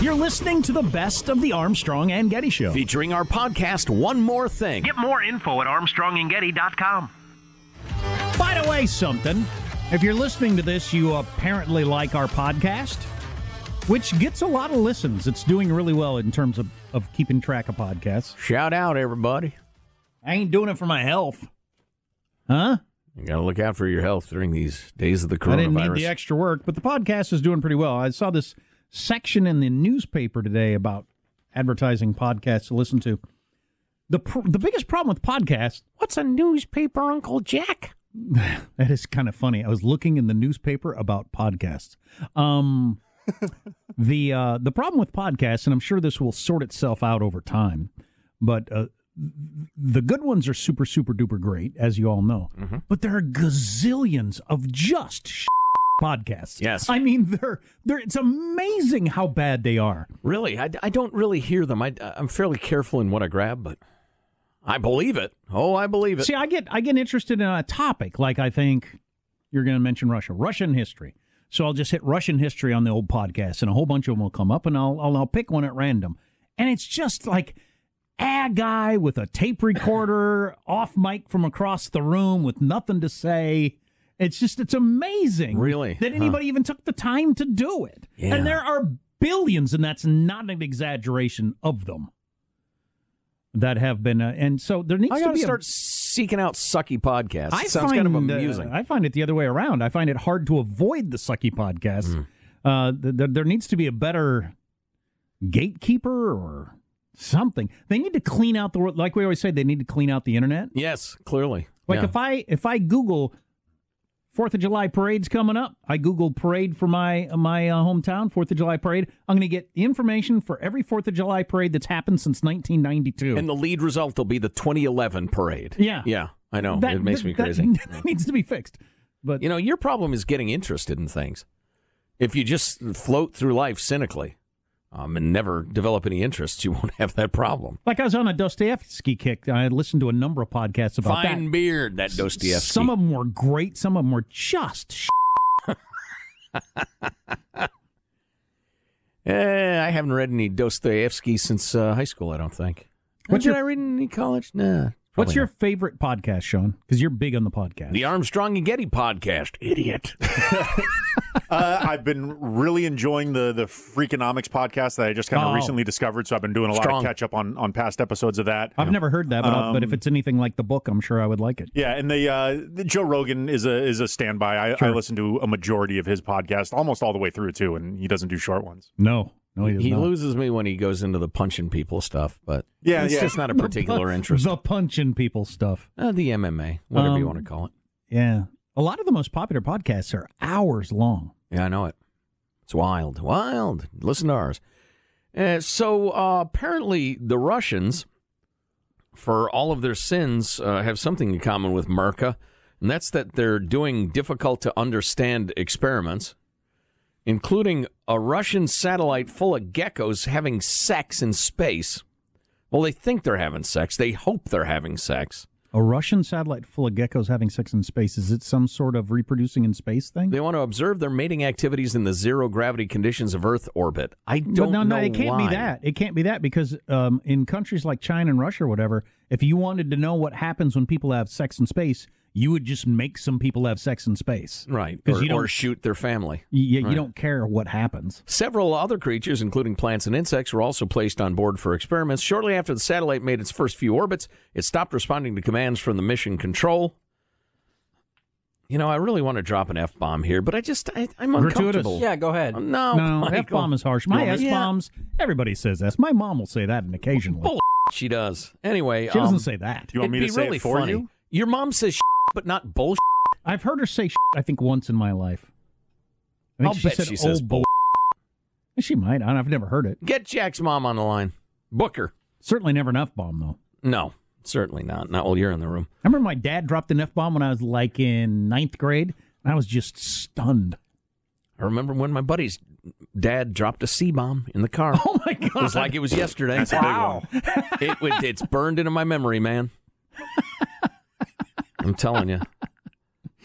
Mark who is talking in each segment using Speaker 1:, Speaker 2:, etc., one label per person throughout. Speaker 1: You're listening to the best of the Armstrong and Getty Show.
Speaker 2: Featuring our podcast, One More Thing.
Speaker 3: Get more info at armstrongandgetty.com.
Speaker 1: By the way, something. If you're listening to this, you apparently like our podcast, which gets a lot of listens. It's doing really well in terms of, of keeping track of podcasts.
Speaker 2: Shout out, everybody.
Speaker 1: I ain't doing it for my health. Huh?
Speaker 2: You got to look out for your health during these days of the coronavirus.
Speaker 1: I didn't need the extra work, but the podcast is doing pretty well. I saw this section in the newspaper today about advertising podcasts to listen to. The pr- the biggest problem with podcasts
Speaker 2: What's a newspaper, Uncle Jack?
Speaker 1: that is kind of funny. I was looking in the newspaper about podcasts. Um, the uh, the problem with podcasts, and I'm sure this will sort itself out over time, but uh, the good ones are super super duper great, as you all know. But there are gazillions of just podcasts.
Speaker 2: Yes.
Speaker 1: I mean they're they're. It's amazing how bad they are.
Speaker 2: Really? I, I don't really hear them. I, I'm fairly careful in what I grab, but I believe it. Oh, I believe it.
Speaker 1: See, I get I get interested in a topic like I think you're going to mention Russia, Russian history. So I'll just hit Russian history on the old podcast, and a whole bunch of them will come up, and I'll I'll, I'll pick one at random, and it's just like a guy with a tape recorder off mic from across the room with nothing to say. It's just it's amazing,
Speaker 2: Really?
Speaker 1: that
Speaker 2: Huh.
Speaker 1: anybody even took the time to do it.
Speaker 2: Yeah.
Speaker 1: And there are billions, and that's not an exaggeration of them that have been. Uh, and so there needs
Speaker 2: I
Speaker 1: to
Speaker 2: got to
Speaker 1: be a
Speaker 2: start seeking out sucky podcasts.
Speaker 1: I
Speaker 2: it sounds kind of
Speaker 1: find, uh,
Speaker 2: amusing.
Speaker 1: I find it the other way around. I find it hard to avoid the sucky podcasts.
Speaker 2: Mm.
Speaker 1: Uh, th- th- there needs to be a better gatekeeper or something. They need to clean out the world. Like we always say, they need to clean out the internet.
Speaker 2: yes, clearly.
Speaker 1: Like
Speaker 2: Yeah.
Speaker 1: if I if I Google Fourth of July parade's coming up, I Google parade for my my uh, hometown Fourth of July parade. I'm going to get the information for every Fourth of July parade that's happened since 1992.
Speaker 2: and the lead result will be the 2011 parade.
Speaker 1: Yeah.
Speaker 2: Yeah, I know. it makes me
Speaker 1: that-
Speaker 2: crazy.
Speaker 1: that needs to be fixed. But
Speaker 2: you know, your problem is getting interested in things. If you just float through life cynically um, and never develop any interests, you won't have that problem.
Speaker 1: Like I was on a Dostoevsky kick. I listened to a number of podcasts about
Speaker 2: Fine
Speaker 1: that.
Speaker 2: beard, that Dostoevsky. Oh,
Speaker 1: Some of them were great. Some of them were just. Sh-
Speaker 2: Eh, I haven't read any Dostoevsky since uh, high school. I don't think.
Speaker 1: What's
Speaker 2: Did
Speaker 1: your-
Speaker 2: I read any college? Nah.
Speaker 1: What's
Speaker 2: probably
Speaker 1: your favorite podcast, Sean? Because you're big on the podcast.
Speaker 2: not. The Armstrong and Getty podcast? Idiot.
Speaker 4: uh, I've been really enjoying the the Freakonomics podcast that I just kind of
Speaker 1: Oh.
Speaker 4: recently discovered. So I've been doing a lot
Speaker 2: Strong.
Speaker 4: of catch up on on past episodes of that.
Speaker 1: I've never heard that, but, I'll- but
Speaker 2: Um,
Speaker 1: if it's anything like the book, I'm sure I would like it.
Speaker 4: Yeah, and the, uh, the Joe Rogan is a is a standby. I, I listen to a majority of his podcast, almost all the way through too, and he doesn't do short ones.
Speaker 1: No, no, he, does
Speaker 2: he
Speaker 1: not.
Speaker 2: loses me when he goes into the punching people stuff, but
Speaker 4: Yeah,
Speaker 2: it's
Speaker 4: yeah.
Speaker 2: just not a particular interest.
Speaker 1: The punching people stuff.
Speaker 2: Uh, the MMA, whatever
Speaker 1: Um,
Speaker 2: you want to call it.
Speaker 1: Yeah, a lot of the most popular podcasts are hours long.
Speaker 2: Yeah, I know it. It's wild, wild. Listen to ours. Uh, so uh, apparently, the Russians, for all of their sins, uh, have something in common with Merca, and that's that they're doing difficult to understand experiments, including a Russian satellite full of geckos having sex in space. Well, they think they're having sex. They hope they're having sex.
Speaker 1: A Russian satellite full of geckos having sex in space. Is it some sort of reproducing in space thing?
Speaker 2: They want to observe their mating activities in the zero gravity conditions of Earth orbit. I don't
Speaker 1: but no,
Speaker 2: know
Speaker 1: no, it can't
Speaker 2: why.
Speaker 1: be that. It can't be that because um, in countries like China and Russia or whatever, if you wanted to know what happens when people have sex in space, you would just make some people have sex in space.
Speaker 2: Right.
Speaker 1: 'Cause
Speaker 2: Or,
Speaker 1: you don't-
Speaker 2: or shoot their family.
Speaker 1: Y- Yeah,
Speaker 2: Right.
Speaker 1: you don't care what happens.
Speaker 2: Several other creatures, including plants and insects, were also placed on board for experiments. Shortly after the satellite made its first few orbits, it stopped responding to commands from the mission control. You know, I really want to drop an F bomb here, but I just, I, I'm
Speaker 1: Gratuitous.
Speaker 2: uncomfortable.
Speaker 5: Yeah, go ahead.
Speaker 2: No,
Speaker 1: no,
Speaker 2: Michael.
Speaker 1: F bomb is harsh.
Speaker 2: Oh You
Speaker 1: My
Speaker 2: want me
Speaker 1: S
Speaker 2: to-
Speaker 1: bombs, everybody says S. My mom will say that and occasionally.
Speaker 2: Bull- She does. Anyway,
Speaker 1: she doesn't
Speaker 2: um,
Speaker 1: say that.
Speaker 4: Do you want me
Speaker 2: it'd
Speaker 4: to
Speaker 2: be
Speaker 4: say
Speaker 2: really
Speaker 4: it for
Speaker 2: funny.
Speaker 4: you?
Speaker 2: Your mom says, but not bullshit.
Speaker 1: I've heard her say, sh- I think, once in my life. I think
Speaker 2: I'll
Speaker 1: she
Speaker 2: bet
Speaker 1: said,
Speaker 2: she says
Speaker 1: "Oh, bull-" She might. I don't, I've never heard it.
Speaker 2: Get Jack's mom on the line. Book her.
Speaker 1: Certainly never an F bomb, though.
Speaker 2: No, certainly not. Not while you're in the room.
Speaker 1: I remember my dad dropped an F bomb when I was like in ninth grade, and I was just stunned.
Speaker 2: I remember when my buddy's dad dropped a C bomb in the car.
Speaker 1: Oh my god!
Speaker 2: It was like it was yesterday.
Speaker 4: That's a big Wow.
Speaker 2: it, was- it's burned into my memory, man. I'm telling you.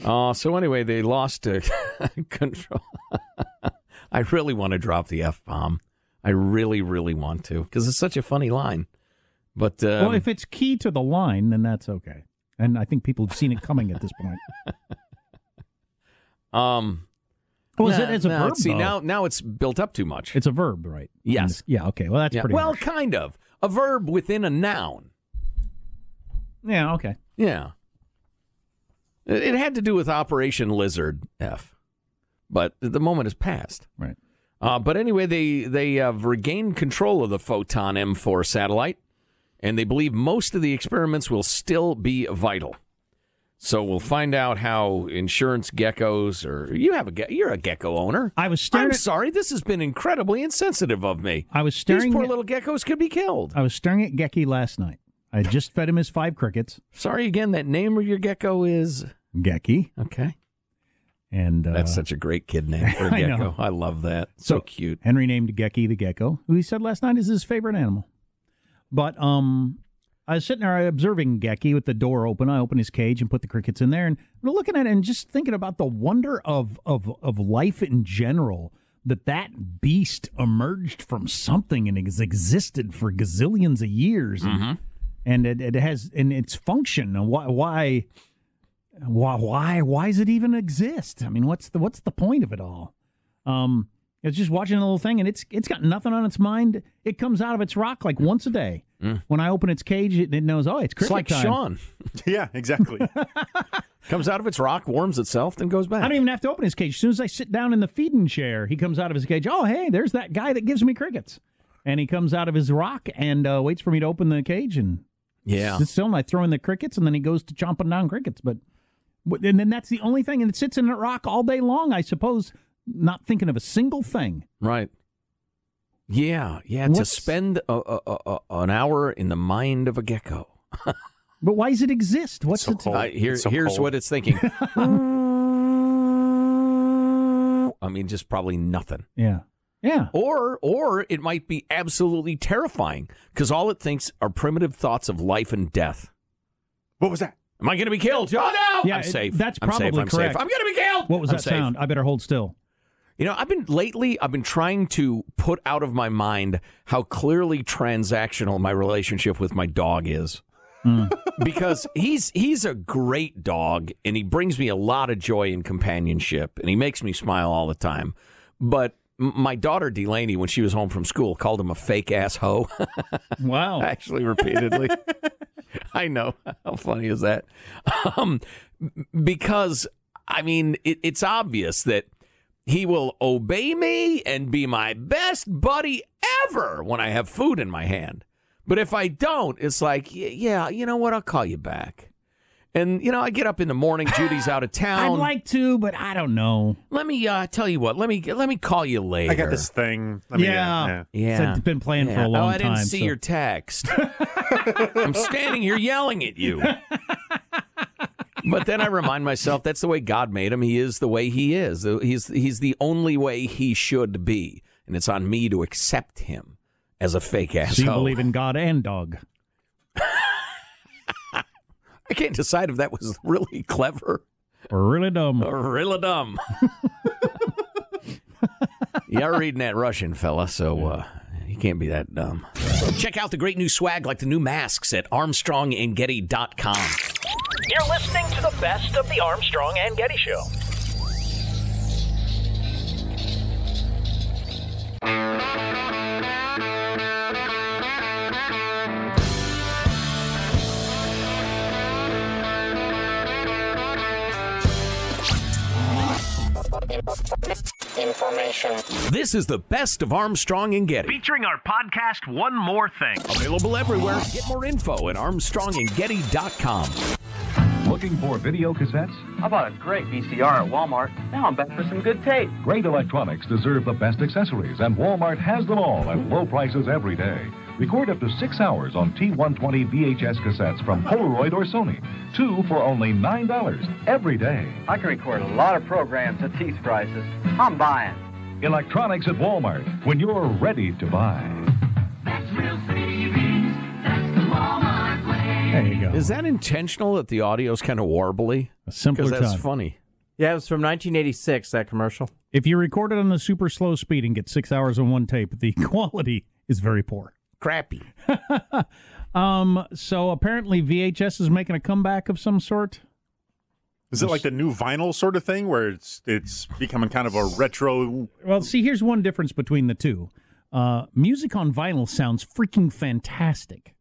Speaker 2: Uh, so anyway, they lost uh, control. I really want to drop the F bomb. I really, really want to because it's such a funny line. But um,
Speaker 1: well, if it's key to the line, then that's okay. And I think people have seen it coming at this point.
Speaker 2: um,
Speaker 1: Well, is
Speaker 2: nah,
Speaker 1: it as a
Speaker 2: nah,
Speaker 1: verb?
Speaker 2: See,
Speaker 1: though?
Speaker 2: now now it's built up too much.
Speaker 1: it's a verb, right?
Speaker 2: Yes.
Speaker 1: Yeah. Okay. Well, that's
Speaker 2: Yeah.
Speaker 1: pretty.
Speaker 2: well,
Speaker 1: harsh.
Speaker 2: kind of a verb within a noun.
Speaker 1: yeah. Okay.
Speaker 2: Yeah. It it had to do with Operation Lizard F, but the moment has passed.
Speaker 1: Right.
Speaker 2: Uh, but anyway, they they have regained control of the Photon M4 satellite, and they believe most of the experiments will still be vital. So we'll find out how insurance geckos, or you have a ge- you're a gecko owner.
Speaker 1: I was staring.
Speaker 2: I'm sorry, this has been incredibly insensitive of me.
Speaker 1: I was
Speaker 2: These
Speaker 1: staring.
Speaker 2: poor
Speaker 1: at-
Speaker 2: little geckos could be killed.
Speaker 1: I was staring at Gecky last night. I had just fed him his five crickets,
Speaker 2: Sorry again. That name of your gecko is
Speaker 1: Gecky,
Speaker 2: okay.
Speaker 1: and uh,
Speaker 2: That's such a great kid name for a
Speaker 1: I know.
Speaker 2: gecko. I, love that. So, cute.
Speaker 1: Henry named Gecky the gecko, who he said last night is his favorite animal. But um, I was sitting there observing Gecky with the door open. I opened his cage and put the crickets in there, and I'm looking at it and just thinking about the wonder of of of life in general. That that beast emerged from something and has existed for gazillions of years, and, and it, it has and its function. and Why why why why why does it even exist? I mean, what's the what's the point of it all? Um, it's just watching a little thing, and it's it's got nothing on its mind. It comes out of its rock like once a day. When I open its cage, it, it knows. Oh, it's
Speaker 2: Mm. It's
Speaker 1: cricket
Speaker 2: like
Speaker 1: time.
Speaker 2: Sean.
Speaker 4: Yeah, exactly.
Speaker 2: Comes out of its rock, warms itself, then goes
Speaker 1: I
Speaker 2: back.
Speaker 1: don't even have to open his cage. As soon as I sit down in the feeding chair, he comes out of his cage. Oh, hey, there's that guy that gives me crickets, and he comes out of his rock and uh, waits for me to open the cage and
Speaker 2: yeah.
Speaker 1: sits still. And I throw in the crickets, and then he goes to chomping down crickets. But but- and then that's the only thing, and it sits in that rock all day long, I suppose, not thinking of a single thing.
Speaker 2: Right. Yeah. Yeah. To
Speaker 1: What's-
Speaker 2: spend a, a, a, a- an hour in the mind of a gecko.
Speaker 1: But why does it exist? What's
Speaker 4: so
Speaker 1: its
Speaker 4: cold.
Speaker 2: I- here,
Speaker 4: It's so
Speaker 2: here's
Speaker 4: cold.
Speaker 2: what it's thinking. I mean, just probably nothing.
Speaker 1: yeah yeah?
Speaker 2: Or, or it might be absolutely terrifying because all it thinks are primitive thoughts of life and death.
Speaker 4: What was that?
Speaker 2: Am I going to be killed? Oh no!
Speaker 1: Yeah,
Speaker 2: I'm
Speaker 1: it-
Speaker 2: safe.
Speaker 1: that's
Speaker 2: I'm safe.
Speaker 1: probably
Speaker 2: I'm
Speaker 1: correct.
Speaker 2: safe. I'm going to be killed.
Speaker 1: What was
Speaker 2: I'm
Speaker 1: that
Speaker 2: safe.
Speaker 1: sound? I better hold still.
Speaker 2: You know, I've been lately, I've been trying to put out of my mind how clearly transactional my relationship with my dog is.
Speaker 1: Hmm.
Speaker 2: because he's he's a great dog and he brings me a lot of joy and companionship and he makes me smile all the time. But m- my daughter Delaney, when she was home from school, called him a fake ass hoe.
Speaker 1: Wow.
Speaker 2: actually repeatedly. I know. How funny is that? Um, because, I mean, it, it's obvious that he will obey me and be my best buddy ever when I have food in my hand. But if I don't, it's like, "Y- yeah, you know what? I'll call you back. And, you know, I get up in the morning. Judy's out of
Speaker 1: I'd
Speaker 2: town.
Speaker 1: like to, but I don't know.
Speaker 2: let me uh, tell you what. Let me let me call you later.
Speaker 4: I got this thing. uh, I mean,
Speaker 1: Yeah.
Speaker 2: Yeah.
Speaker 1: It's been playing for a
Speaker 2: Yeah.
Speaker 1: long
Speaker 2: Oh, I didn't
Speaker 1: time,
Speaker 2: see
Speaker 1: so-
Speaker 2: your text. I'm standing here yelling at you. but then I remind myself that's the way God made him. He is the way he is. He's he's the only way he should be, and it's on me to accept him as a fake
Speaker 1: So
Speaker 2: asshole.
Speaker 1: you believe in God and dog.
Speaker 2: I can't decide if that was really clever
Speaker 1: Really dumb.
Speaker 2: or really dumb. yeah, reading that Russian fella, so uh, he can't be that dumb. Check out the great new swag like the new masks at ArmstrongandGetty.com.
Speaker 3: You're listening to the best of the Armstrong and Getty Show.
Speaker 2: This is the best of Armstrong and Getty.
Speaker 3: Featuring our podcast, One More Thing.
Speaker 2: Available everywhere. Get more info at armstrongandgetty.com.
Speaker 5: Looking for video cassettes?
Speaker 6: I bought a great VCR at Walmart. Now I'm back for some good tape.
Speaker 5: Great electronics deserve the best accessories, and Walmart has them all at low prices every day. Record up to six hours on T120 VHS cassettes from Polaroid or Sony. Two for only $9 every day.
Speaker 6: I can record a lot of programs at these prices. I'm buying.
Speaker 5: Electronics at Walmart when you're ready to buy.
Speaker 1: There you go.
Speaker 2: Is that intentional that the audio's kind of warbly?
Speaker 1: A simpler
Speaker 2: Because that's
Speaker 1: time.
Speaker 2: funny.
Speaker 7: Yeah, it was from 1986, that commercial.
Speaker 1: If you record it on the super slow speed and get six hours on one tape, the quality is very poor.
Speaker 2: Crappy.
Speaker 1: Um, so apparently VHS is making a comeback of some sort.
Speaker 4: Is it like the new vinyl sort of thing where it's it's becoming kind of a retro?
Speaker 1: Well, see, here's one difference between the two. Uh, music on vinyl sounds freaking fantastic,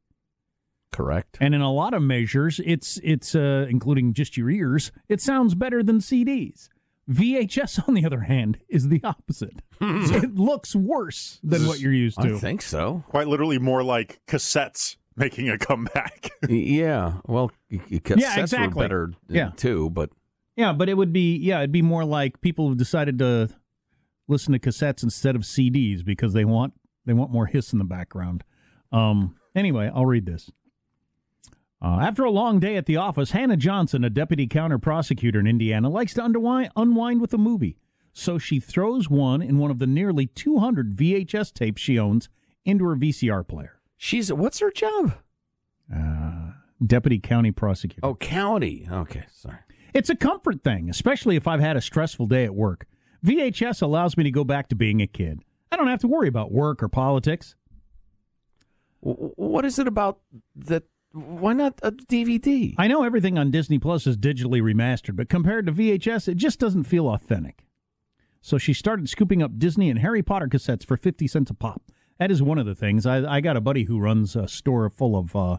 Speaker 2: Correct.
Speaker 1: and in a lot of measures, it's it's uh, including just your ears. It sounds better than CDs. VHS, on the other hand, is the opposite. it looks worse than what you're used
Speaker 2: I
Speaker 1: to.
Speaker 2: think so.
Speaker 4: Quite literally, more like cassettes making a comeback.
Speaker 2: Y- yeah. Well, y- y- cassettes
Speaker 1: Yeah, exactly.
Speaker 2: were better uh,
Speaker 1: Yeah.
Speaker 2: too, but
Speaker 1: Yeah, but it would be yeah, it'd be more like people have decided to listen to cassettes instead of CDs because they want they want more hiss in the background. Um, anyway, I'll read this. Uh, after a long day at the office, Hannah Johnson, a deputy counter prosecutor in Indiana, likes to unwind, unwind with a movie. So she throws one in one of the nearly 200 VHS tapes she owns into her VCR player.
Speaker 2: she's what's her job?
Speaker 1: Uh, deputy county prosecutor.
Speaker 2: Oh, county. Okay, sorry.
Speaker 1: It's a comfort thing, especially if I've had a stressful day at work. VHS allows me to go back to being a kid. I don't have to worry about work or politics.
Speaker 2: W- what is it about that? Why not a DVD?
Speaker 1: I know everything on Disney Plus is digitally remastered, but compared to VHS, it just doesn't feel authentic. So she started scooping up Disney and Harry Potter cassettes for 50 cents a pop. That is one of the things. I, I got a buddy who runs a store full of, uh,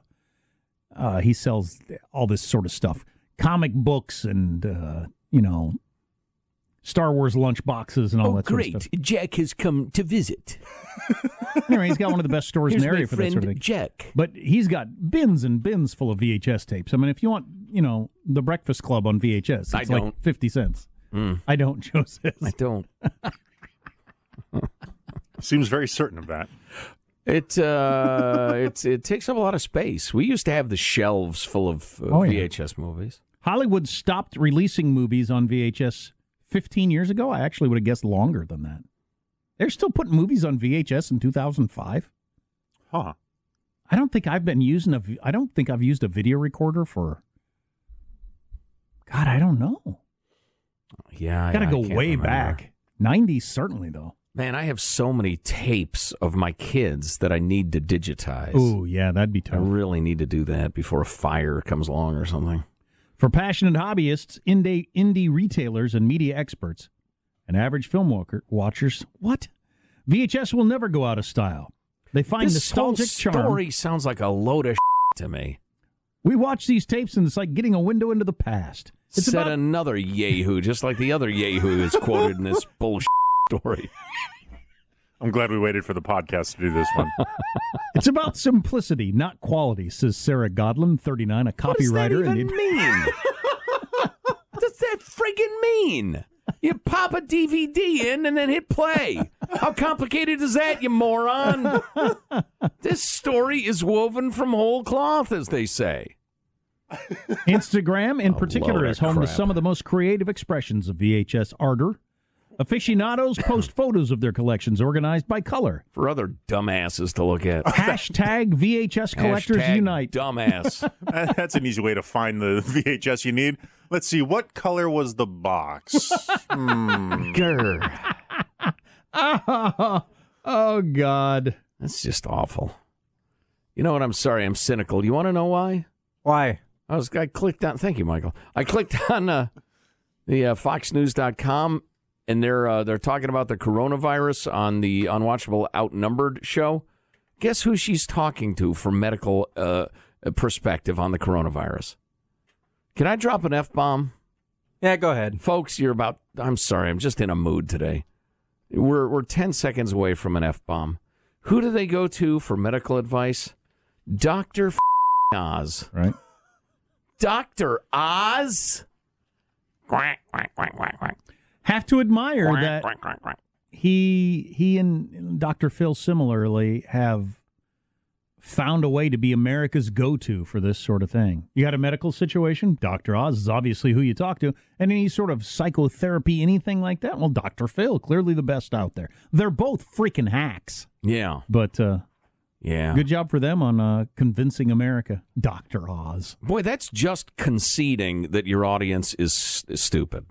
Speaker 1: uh, he sells all this sort of stuff comic books and, uh, you know, Star Wars lunch boxes and all
Speaker 2: oh,
Speaker 1: that sort of
Speaker 2: great.
Speaker 1: stuff.
Speaker 2: Jack has come to visit.
Speaker 1: Anyway, he's got one of the best stores
Speaker 2: Here's
Speaker 1: in the
Speaker 2: my
Speaker 1: area for that
Speaker 2: friend
Speaker 1: sort of thing.
Speaker 2: Jack.
Speaker 1: But he's got bins and bins full of VHS tapes. I mean, if you want, you know, The Breakfast Club on VHS, it's
Speaker 2: I
Speaker 1: like
Speaker 2: don't. Mm.
Speaker 1: 50 cents. I don't, Joe says.
Speaker 2: I don't.
Speaker 4: Seems very certain of that.
Speaker 2: It uh, it's it takes up a lot of space. We used to have the shelves full of uh,
Speaker 1: Oh, yeah.
Speaker 2: VHS movies.
Speaker 1: Hollywood stopped releasing movies on VHS 15 years ago. I actually would have guessed longer than that. They're still putting movies on VHS in 2005.
Speaker 4: Huh.
Speaker 1: I don't think I've been using a. v- I don't think I've used a video recorder for. God, I don't know.
Speaker 2: Yeah,
Speaker 1: Got to
Speaker 2: I
Speaker 1: go
Speaker 2: can't
Speaker 1: way
Speaker 2: remember.
Speaker 1: back. 90s certainly though.
Speaker 2: Man, I have so many tapes of my kids that I need to digitize.
Speaker 1: Ooh, yeah, that'd be tough.
Speaker 2: I really need to do that before a fire comes along or something.
Speaker 1: For passionate hobbyists, indie, indie retailers, and media experts, and average film walker, watchers, what? VHS will never go out of style. They find
Speaker 2: this
Speaker 1: nostalgic
Speaker 2: whole
Speaker 1: charm.
Speaker 2: story sounds like a load of to me.
Speaker 1: We watch these tapes, and it's like getting a window into the past. It's
Speaker 2: Said
Speaker 1: about
Speaker 2: another yahoo, just like the other yahoo is quoted in this bullshit story.
Speaker 4: I'm glad we waited for the podcast to do this one.
Speaker 1: it's about simplicity, not quality, says Sarah Godlin, 39, a copywriter.
Speaker 2: What does that
Speaker 1: in
Speaker 2: even
Speaker 1: the-
Speaker 2: mean? what does that freaking mean? You pop a DVD in and then hit play. How complicated is that, you moron? this story is woven from whole cloth, as they say.
Speaker 1: Instagram, in
Speaker 2: A
Speaker 1: particular,
Speaker 2: load of
Speaker 1: is home to
Speaker 2: crap.
Speaker 1: some of the most creative expressions of VHS ardor. Aficionados post photos of their collections organized by color.
Speaker 2: For other dumbasses to look at.
Speaker 1: Hashtag VHS Collectors
Speaker 2: Hashtag
Speaker 1: Unite.
Speaker 2: Dumbass.
Speaker 4: Uh, That's an easy way to find the VHS you need. Let's see, what color was the box? Hmm.
Speaker 2: Grr.
Speaker 1: Oh, oh, God.
Speaker 2: That's just awful. You know what? I'm sorry. I'm cynical. You want to know why?
Speaker 7: Why?
Speaker 2: I was I clicked on. Thank you, Michael. I clicked on uh, the uh, FoxNews.com, and they're uh, they're talking about the coronavirus on the Unwatchable Outnumbered show. Guess who she's talking to from medical uh, perspective on the coronavirus? Can I drop an f bomb,
Speaker 7: Yeah, go ahead.
Speaker 2: folks? You're about. I'm sorry. I'm just in a mood today. We're we're ten seconds away from an f bomb. Who do they go to for medical advice? Doctor Oz.
Speaker 1: Right?
Speaker 2: Dr. Oz? Quack, quack, quack, quack, quack.
Speaker 1: Have to admire that
Speaker 2: Quack, quack, quack.
Speaker 1: he he and Dr. Phil similarly have found a way to be America's go-to for this sort of thing. You got a medical situation, Dr. Oz is obviously who you talk to, and any sort of psychotherapy, anything like that. Well, Dr. Phil, clearly the best out there. They're both freaking hacks,
Speaker 2: Yeah,
Speaker 1: but uh,
Speaker 2: yeah.
Speaker 1: good job for them on uh, convincing America, Dr. Oz.
Speaker 2: Boy, that's just conceding that your audience is s- stupid.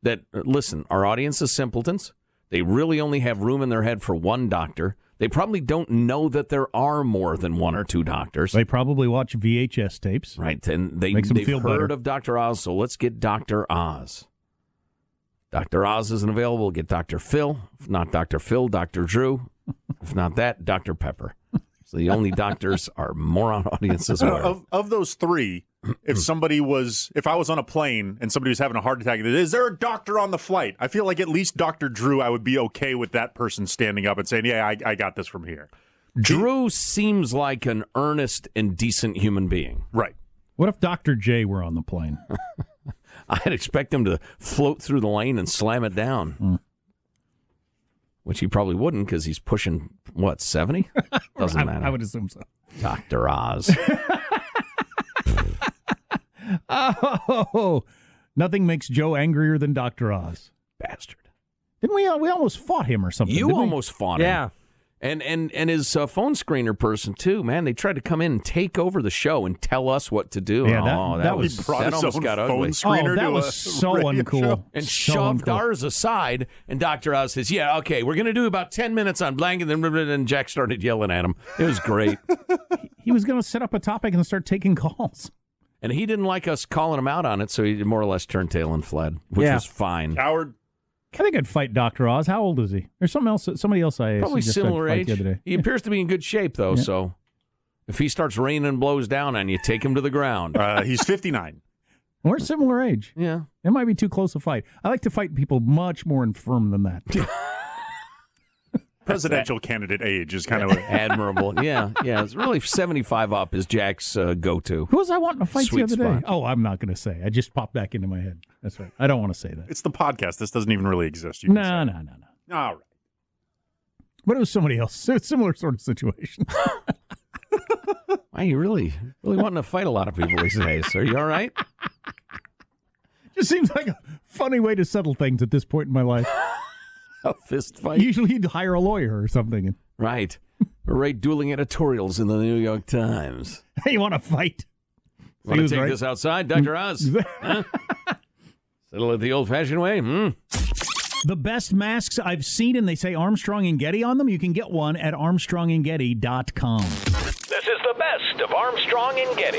Speaker 2: That, uh, listen, our audience is simpletons. They really only have room in their head for one doctor. They probably don't know that there are more than one or two doctors.
Speaker 1: They probably watch VHS tapes.
Speaker 2: Right, and they,
Speaker 1: Makes 'em
Speaker 2: they've
Speaker 1: feel
Speaker 2: heard
Speaker 1: better.
Speaker 2: of Dr. Oz, so let's get Dr. Oz. Dr. Oz isn't available. We'll get Dr. Phil. If not Dr. Phil, Dr. Drew. If not that, Dr. Pepper. So the only doctors are moron audiences.
Speaker 4: So
Speaker 2: aware.
Speaker 4: of of those three, if somebody was, if I was on a plane and somebody was having a heart attack, is there a doctor on the flight? I feel like at least Doctor Drew, I would be okay with that person standing up and saying, "Yeah, I, I got this from here."
Speaker 2: Drew seems like an earnest and decent human being.
Speaker 4: Right.
Speaker 1: What if Dr. J were on the plane?
Speaker 2: I'd expect him to float through the lane and slam it down,
Speaker 1: Hmm.
Speaker 2: which he probably wouldn't because he's pushing, what, 70? Doesn't
Speaker 1: I,
Speaker 2: matter.
Speaker 1: I would assume so.
Speaker 2: Dr. Oz.
Speaker 1: Oh, nothing makes Joe angrier than Dr. Oz.
Speaker 2: Bastard.
Speaker 1: Didn't we? uh, We almost fought him or something.
Speaker 2: You
Speaker 1: didn't we?
Speaker 2: almost fought him.
Speaker 7: Yeah.
Speaker 2: And and and his uh, phone screener person too, man. They tried to come in and take over the show and tell us what to do.
Speaker 1: Yeah, that-
Speaker 2: oh, that,
Speaker 1: that
Speaker 2: was
Speaker 1: was-
Speaker 4: Brought
Speaker 2: that
Speaker 4: his
Speaker 2: almost
Speaker 4: own
Speaker 2: got
Speaker 4: phone
Speaker 2: ugly.
Speaker 4: screener
Speaker 1: Oh, that
Speaker 4: to
Speaker 1: was
Speaker 4: a
Speaker 1: so
Speaker 4: radio
Speaker 1: uncool.
Speaker 4: show.
Speaker 2: And
Speaker 1: so
Speaker 2: shoved
Speaker 1: uncool.
Speaker 2: ours aside, and Doctor Oz says, "Yeah, okay, we're gonna do about ten minutes on blank," and then and Jack started yelling at him. It was great,
Speaker 1: He was going to set up a topic and start taking calls.
Speaker 2: and he didn't like us calling him out on it, so he more or less turned tail and fled, which
Speaker 7: Yeah.
Speaker 2: was fine.
Speaker 4: Coward.
Speaker 1: I think I'd fight Dr. Oz. How old is he? There's something else. Somebody else I
Speaker 2: Probably
Speaker 1: suggested I'd
Speaker 2: similar
Speaker 1: fight
Speaker 2: age.
Speaker 1: the other day.
Speaker 2: He appears to be in good shape though,
Speaker 1: Yeah.
Speaker 2: so if he starts raining and blows down on you, take him to the ground.
Speaker 4: Uh, he's 59.
Speaker 1: We're similar age.
Speaker 2: Yeah.
Speaker 1: It might be too close a fight. I like to fight people much more infirm than that.
Speaker 4: Presidential candidate age is kind of a,
Speaker 2: admirable. Yeah, yeah. It's really 75 up is Jack's uh, go to.
Speaker 1: Who was I wanting to fight
Speaker 2: Sweet
Speaker 1: the other
Speaker 2: spot.
Speaker 1: day? Oh, I'm not going to say. I just popped back into my head. That's right. I don't want to say that.
Speaker 4: it's the podcast. This doesn't even really exist. You can
Speaker 1: No, no, no, no.
Speaker 4: say. All right.
Speaker 1: But it was somebody else. It was a similar sort of situation.
Speaker 2: Why you really, really wanting to fight a lot of people these days? Are you all right?
Speaker 1: just seems like a funny way to settle things at this point in my life.
Speaker 2: A fist fight?
Speaker 1: Usually you'd hire a lawyer or something. And,
Speaker 2: right. We're right dueling editorials in the New York Times.
Speaker 1: hey, you want to fight? He
Speaker 2: Want to
Speaker 1: was
Speaker 2: take
Speaker 1: right.
Speaker 2: this outside, Dr. Oz? Huh? Settle it the old fashioned way? Hmm.
Speaker 1: The best masks I've seen, and they say Armstrong and Getty on them. You can get one at armstrongandgetty.com.
Speaker 5: This is the best of Armstrong and Getty.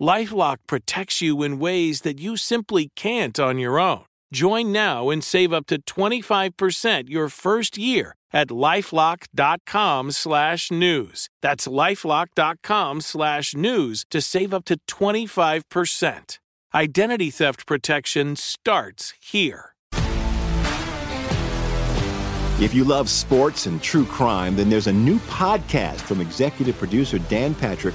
Speaker 2: LifeLock protects you in ways that you simply can't on your own. Join now and save up to 25% your first year at lifelock.com slash news. That's lifelock.com slash news to save up to 25%. Identity theft protection starts here.
Speaker 8: If you love sports and true crime, then there's a new podcast from executive producer Dan Patrick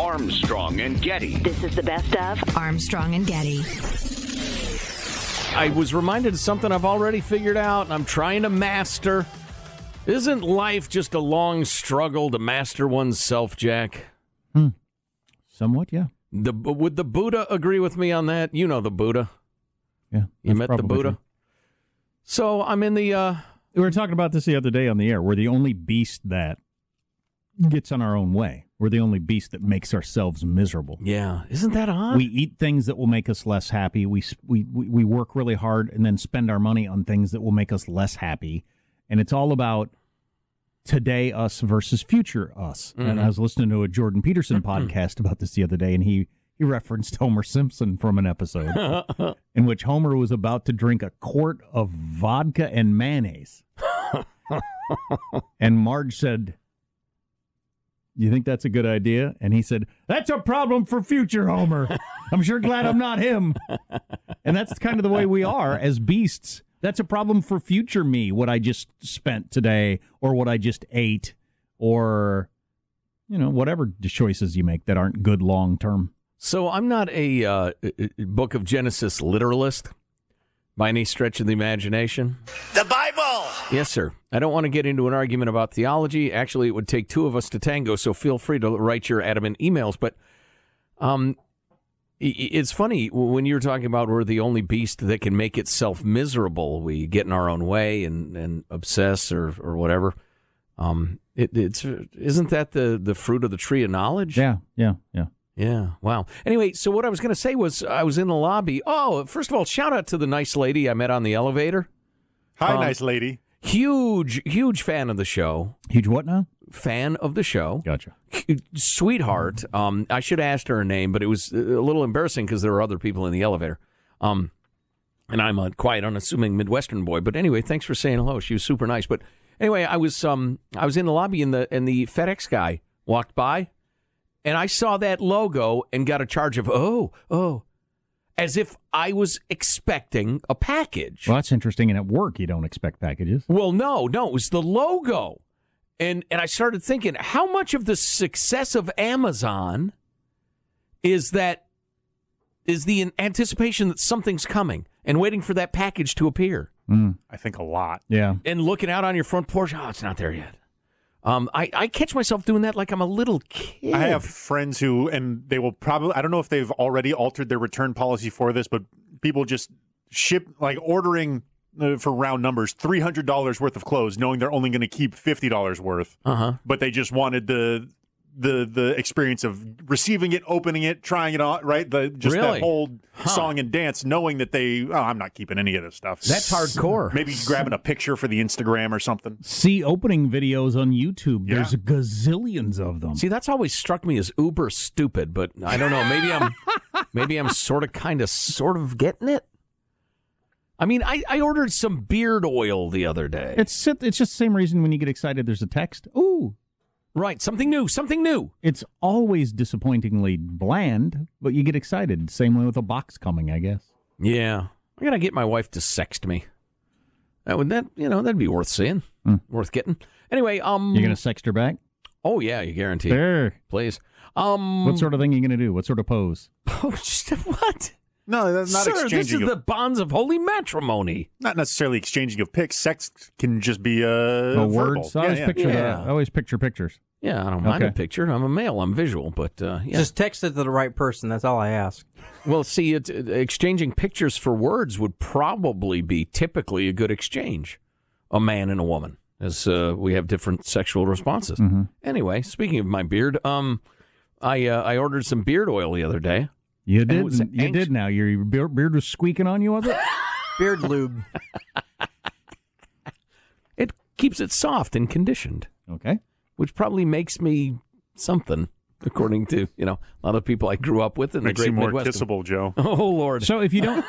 Speaker 9: Armstrong and Getty.
Speaker 10: This is the best of Armstrong and Getty.
Speaker 11: I was reminded of something I've already figured out and I'm trying to master. Isn't life just a long struggle to master oneself, Jack?
Speaker 1: Hmm. Somewhat, yeah.
Speaker 11: The, would the Buddha agree with me on that? You know the Buddha.
Speaker 1: Yeah.
Speaker 11: You met the Buddha?
Speaker 1: true.
Speaker 11: So I'm in the. Uh,
Speaker 1: We were talking about this the other day on the air. We're the only beast that gets on our own way. We're the only beast that makes ourselves miserable.
Speaker 11: Yeah, isn't that odd?
Speaker 1: We eat things that will make us less happy. We s- we we we work really hard and then spend our money on things that will make us less happy. And it's all about today us versus future us. And I
Speaker 12: Mhm.
Speaker 1: was listening to a Jordan Peterson podcast about this the other day, and he he referenced Homer Simpson from an episode in which Homer was about to drink a quart of vodka and mayonnaise. and Marge said, You think that's a good idea? And he said, That's a problem for future Homer. I'm sure glad I'm not him. And that's kind of the way we are as beasts. That's a problem for future me, what I just spent today or what I just ate or, you know, whatever choices you make that aren't good long term.
Speaker 11: So I'm not a uh, Book of Genesis literalist by any stretch of the imagination.
Speaker 13: The Bible.
Speaker 11: Yes, sir. I don't want to get into an argument about theology. Actually, it would take two of us to tango, so feel free to write your adamant emails. But um, i- i- it's funny when you're talking about we're the only beast that can make itself miserable. We get in our own way and, and obsess or, or whatever. Um, it, it's isn't that the, the fruit of the tree of knowledge?
Speaker 1: Yeah, yeah, yeah.
Speaker 2: Yeah. Wow. Anyway, so what I was going to say was I was in the lobby. Oh, first of all, shout out to the nice lady I met on the elevator.
Speaker 4: Hi, nice lady.
Speaker 2: Huge, huge fan of the show.
Speaker 1: Huge what now?
Speaker 2: Fan of the show.
Speaker 1: Gotcha.
Speaker 2: Sweetheart. Um, I should have asked her her name, but it was a little embarrassing because there were other people in the elevator. Um, and I'm a quiet, unassuming Midwestern boy. But anyway, thanks for saying hello. She was super nice. But anyway, I was um I was in the lobby and the and the FedEx guy walked by, and I saw that logo and got a charge of oh oh, as if I was expecting a package.
Speaker 1: Well, that's interesting. And at work, you don't expect packages.
Speaker 2: Well, no, no, it was the logo. And and I started thinking, how much of the success of Amazon is that is the anticipation that something's coming and waiting for that package to appear.
Speaker 1: Mm.
Speaker 4: I think a lot.
Speaker 1: Yeah.
Speaker 2: And looking out on your front porch, oh, it's not there yet. Um, I, I catch myself doing that like I'm a little kid.
Speaker 4: I have friends who, and they will probably, I don't know if they've already altered their return policy for this, but people just ship, like ordering uh, for round numbers, $300 worth of clothes, knowing they're only going to keep $50 worth.
Speaker 2: Uh-huh.
Speaker 4: But they just wanted the. The, the experience of receiving it, opening it, trying it on, right? The just
Speaker 2: Really?
Speaker 4: that whole song and dance, knowing that they, oh, I'm not keeping any of this stuff.
Speaker 2: That's hardcore.
Speaker 4: Maybe grabbing a picture for the Instagram or something.
Speaker 1: See opening videos on YouTube. There's gazillions of them.
Speaker 2: See, that's always struck me as uber stupid, but I don't know. Maybe I'm maybe I'm sort of kind of sort of getting it. I mean, I, I ordered some beard oil the other day.
Speaker 1: It's it's just the same reason when you get excited. There's a text. Ooh,
Speaker 2: Right, something new, something new.
Speaker 1: it's always disappointingly bland, but you get excited. Same way with a box coming, I guess.
Speaker 2: Yeah. I gotta get my wife to sext me. That would that you know, that'd be worth seeing. Worth getting. Anyway, um
Speaker 1: You're gonna
Speaker 4: Mm.
Speaker 1: sext her back.
Speaker 2: Oh yeah, you guarantee.
Speaker 1: There.
Speaker 2: Please. Um
Speaker 4: Mm.
Speaker 1: What sort of thing are you gonna do? What sort of pose?
Speaker 2: Oh, just, what?
Speaker 4: No, that's not
Speaker 2: Sir, this is
Speaker 4: exchanging of-
Speaker 2: the bonds of holy matrimony.
Speaker 4: not necessarily exchanging of pics. Sex can just be uh,
Speaker 1: A
Speaker 4: a
Speaker 1: words. I always picture
Speaker 2: yeah.
Speaker 1: that. I always picture pictures.
Speaker 2: Yeah, I don't mind a
Speaker 1: Okay.
Speaker 2: picture. I'm a male. I'm visual, but uh, yeah.
Speaker 7: Just text it to the right person. That's all I ask.
Speaker 2: well, see, it, it- exchanging pictures for words would probably be typically a good exchange, a man and a woman, as uh, we have different sexual responses. Anyway, speaking of my beard, um, I uh, I ordered some beard oil the other day.
Speaker 1: You
Speaker 2: it
Speaker 1: did.
Speaker 2: was
Speaker 1: You
Speaker 2: anx-
Speaker 1: did. Now your your beard beard was squeaking on you, was it?
Speaker 7: Beard lube.
Speaker 2: It keeps it soft and conditioned,
Speaker 1: okay.
Speaker 2: which probably makes me something, according to you know a lot of people I grew up with in
Speaker 4: Makes
Speaker 2: the
Speaker 4: you
Speaker 2: great
Speaker 4: more
Speaker 2: Midwest.
Speaker 4: kissable, Joe.
Speaker 2: Oh Lord!
Speaker 1: So if you don't,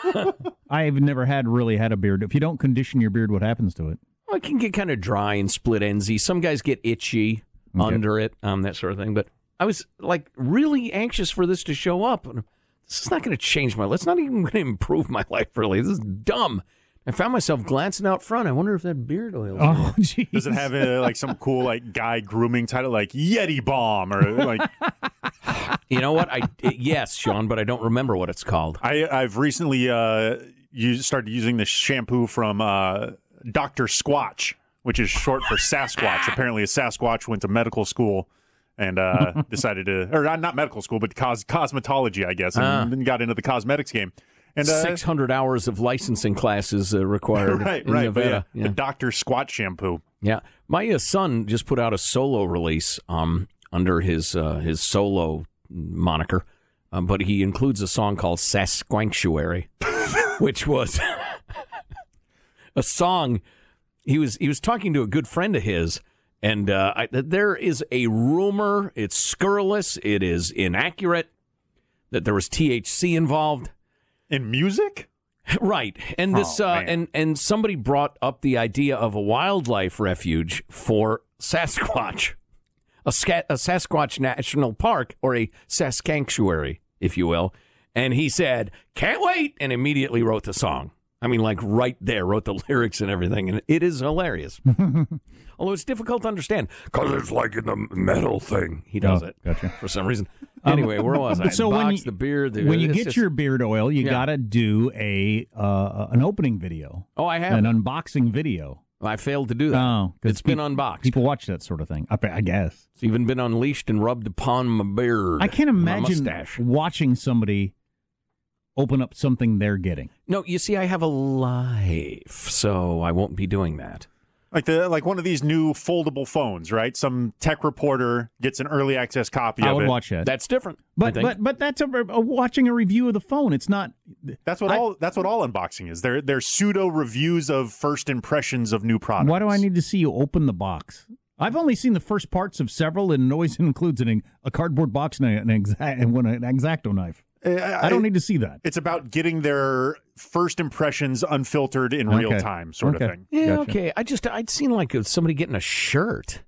Speaker 1: I've never had really had a beard. If you don't condition your beard, what happens to it?
Speaker 2: Well, it can get kind of dry and split endsy. Some guys get itchy under it, um, that sort of thing. But I was like really anxious for this to show up. And This is not going to change my life. It's not even going to improve my life, really. This is dumb. I found myself glancing out front. I wonder if that beard oil.
Speaker 1: Oh, geez.
Speaker 4: Does it have uh like some cool like guy grooming title like Yeti Bomb or like
Speaker 2: You know what? I uh, yes, Sean, but I don't remember what it's called.
Speaker 4: I I've recently uh you started using this shampoo from uh Doctor Squatch, which is short for Sasquatch. Apparently, a Sasquatch went to medical school and uh decided to or not not medical school but cos- cosmetology, I guess, and
Speaker 2: Ah.
Speaker 4: then got into the cosmetics game. And uh,
Speaker 2: Six hundred hours of licensing classes uh, required
Speaker 4: right,
Speaker 2: in
Speaker 4: right, but yeah,
Speaker 2: Nevada. Yeah.
Speaker 4: the Doctor Squatch shampoo.
Speaker 2: Yeah, my uh, son just put out a solo release um, under his uh, his solo moniker, um, but he includes a song called "Sasquanctuary," which was a song he was he was talking to a good friend of his, and uh, I, th- there is a rumor. It's scurrilous. It is inaccurate that there was THC involved.
Speaker 4: In music?
Speaker 2: Right, and this
Speaker 4: Oh,
Speaker 2: uh,
Speaker 4: man.
Speaker 2: and and somebody brought up the idea of a wildlife refuge for Sasquatch, a, sca- a Sasquatch national park or a Saskanctuary, if you will. And he said, "Can't wait!" and immediately wrote the song. I mean, like right there, wrote the lyrics and everything, and it is hilarious. Although it's difficult to understand because it's like in the metal thing. He does
Speaker 1: Oh,
Speaker 2: it
Speaker 1: gotcha.
Speaker 2: for some reason.
Speaker 1: Um,
Speaker 2: Anyway, where was I?
Speaker 1: so
Speaker 2: the
Speaker 1: when
Speaker 2: box,
Speaker 1: you-
Speaker 2: the beard. The,
Speaker 1: when you
Speaker 2: it's
Speaker 1: get
Speaker 2: just-
Speaker 1: your beard oil, you
Speaker 2: Yeah.
Speaker 1: gotta do a uh, an opening video,
Speaker 2: oh, I have.
Speaker 1: an
Speaker 2: it.
Speaker 1: unboxing video.
Speaker 2: I failed to do that.
Speaker 1: Oh, 'cause
Speaker 2: it's been
Speaker 1: peop-
Speaker 2: unboxed.
Speaker 1: People watch that sort of thing. I, I guess.
Speaker 2: It's even been unleashed and rubbed upon my beard.
Speaker 1: I can't
Speaker 2: and my
Speaker 1: imagine
Speaker 2: mustache.
Speaker 1: watching somebody open up something they're getting.
Speaker 2: No, you see, I have a life, so I won't be doing that.
Speaker 4: Like the like one of these new foldable phones, right? Some tech reporter gets an early access copy
Speaker 1: I
Speaker 4: of
Speaker 1: would
Speaker 4: it.
Speaker 1: watch that. That's
Speaker 2: different.
Speaker 1: But but but that's a, a watching a review of the phone. It's not.
Speaker 4: that's what
Speaker 1: I-
Speaker 4: all that's what all unboxing is. They're they're pseudo reviews of first impressions of new products.
Speaker 1: Why do I need to see you open the box? I've only seen the first parts of several, and it always includes an, a cardboard box and an exact and one- an exacto knife. I don't need to see that.
Speaker 4: Eh, It's about getting their first impressions unfiltered in real
Speaker 1: Okay.
Speaker 4: time, sort
Speaker 1: Okay.
Speaker 4: of thing.
Speaker 2: Yeah, okay. I just I'd seen like uh, somebody getting a shirt.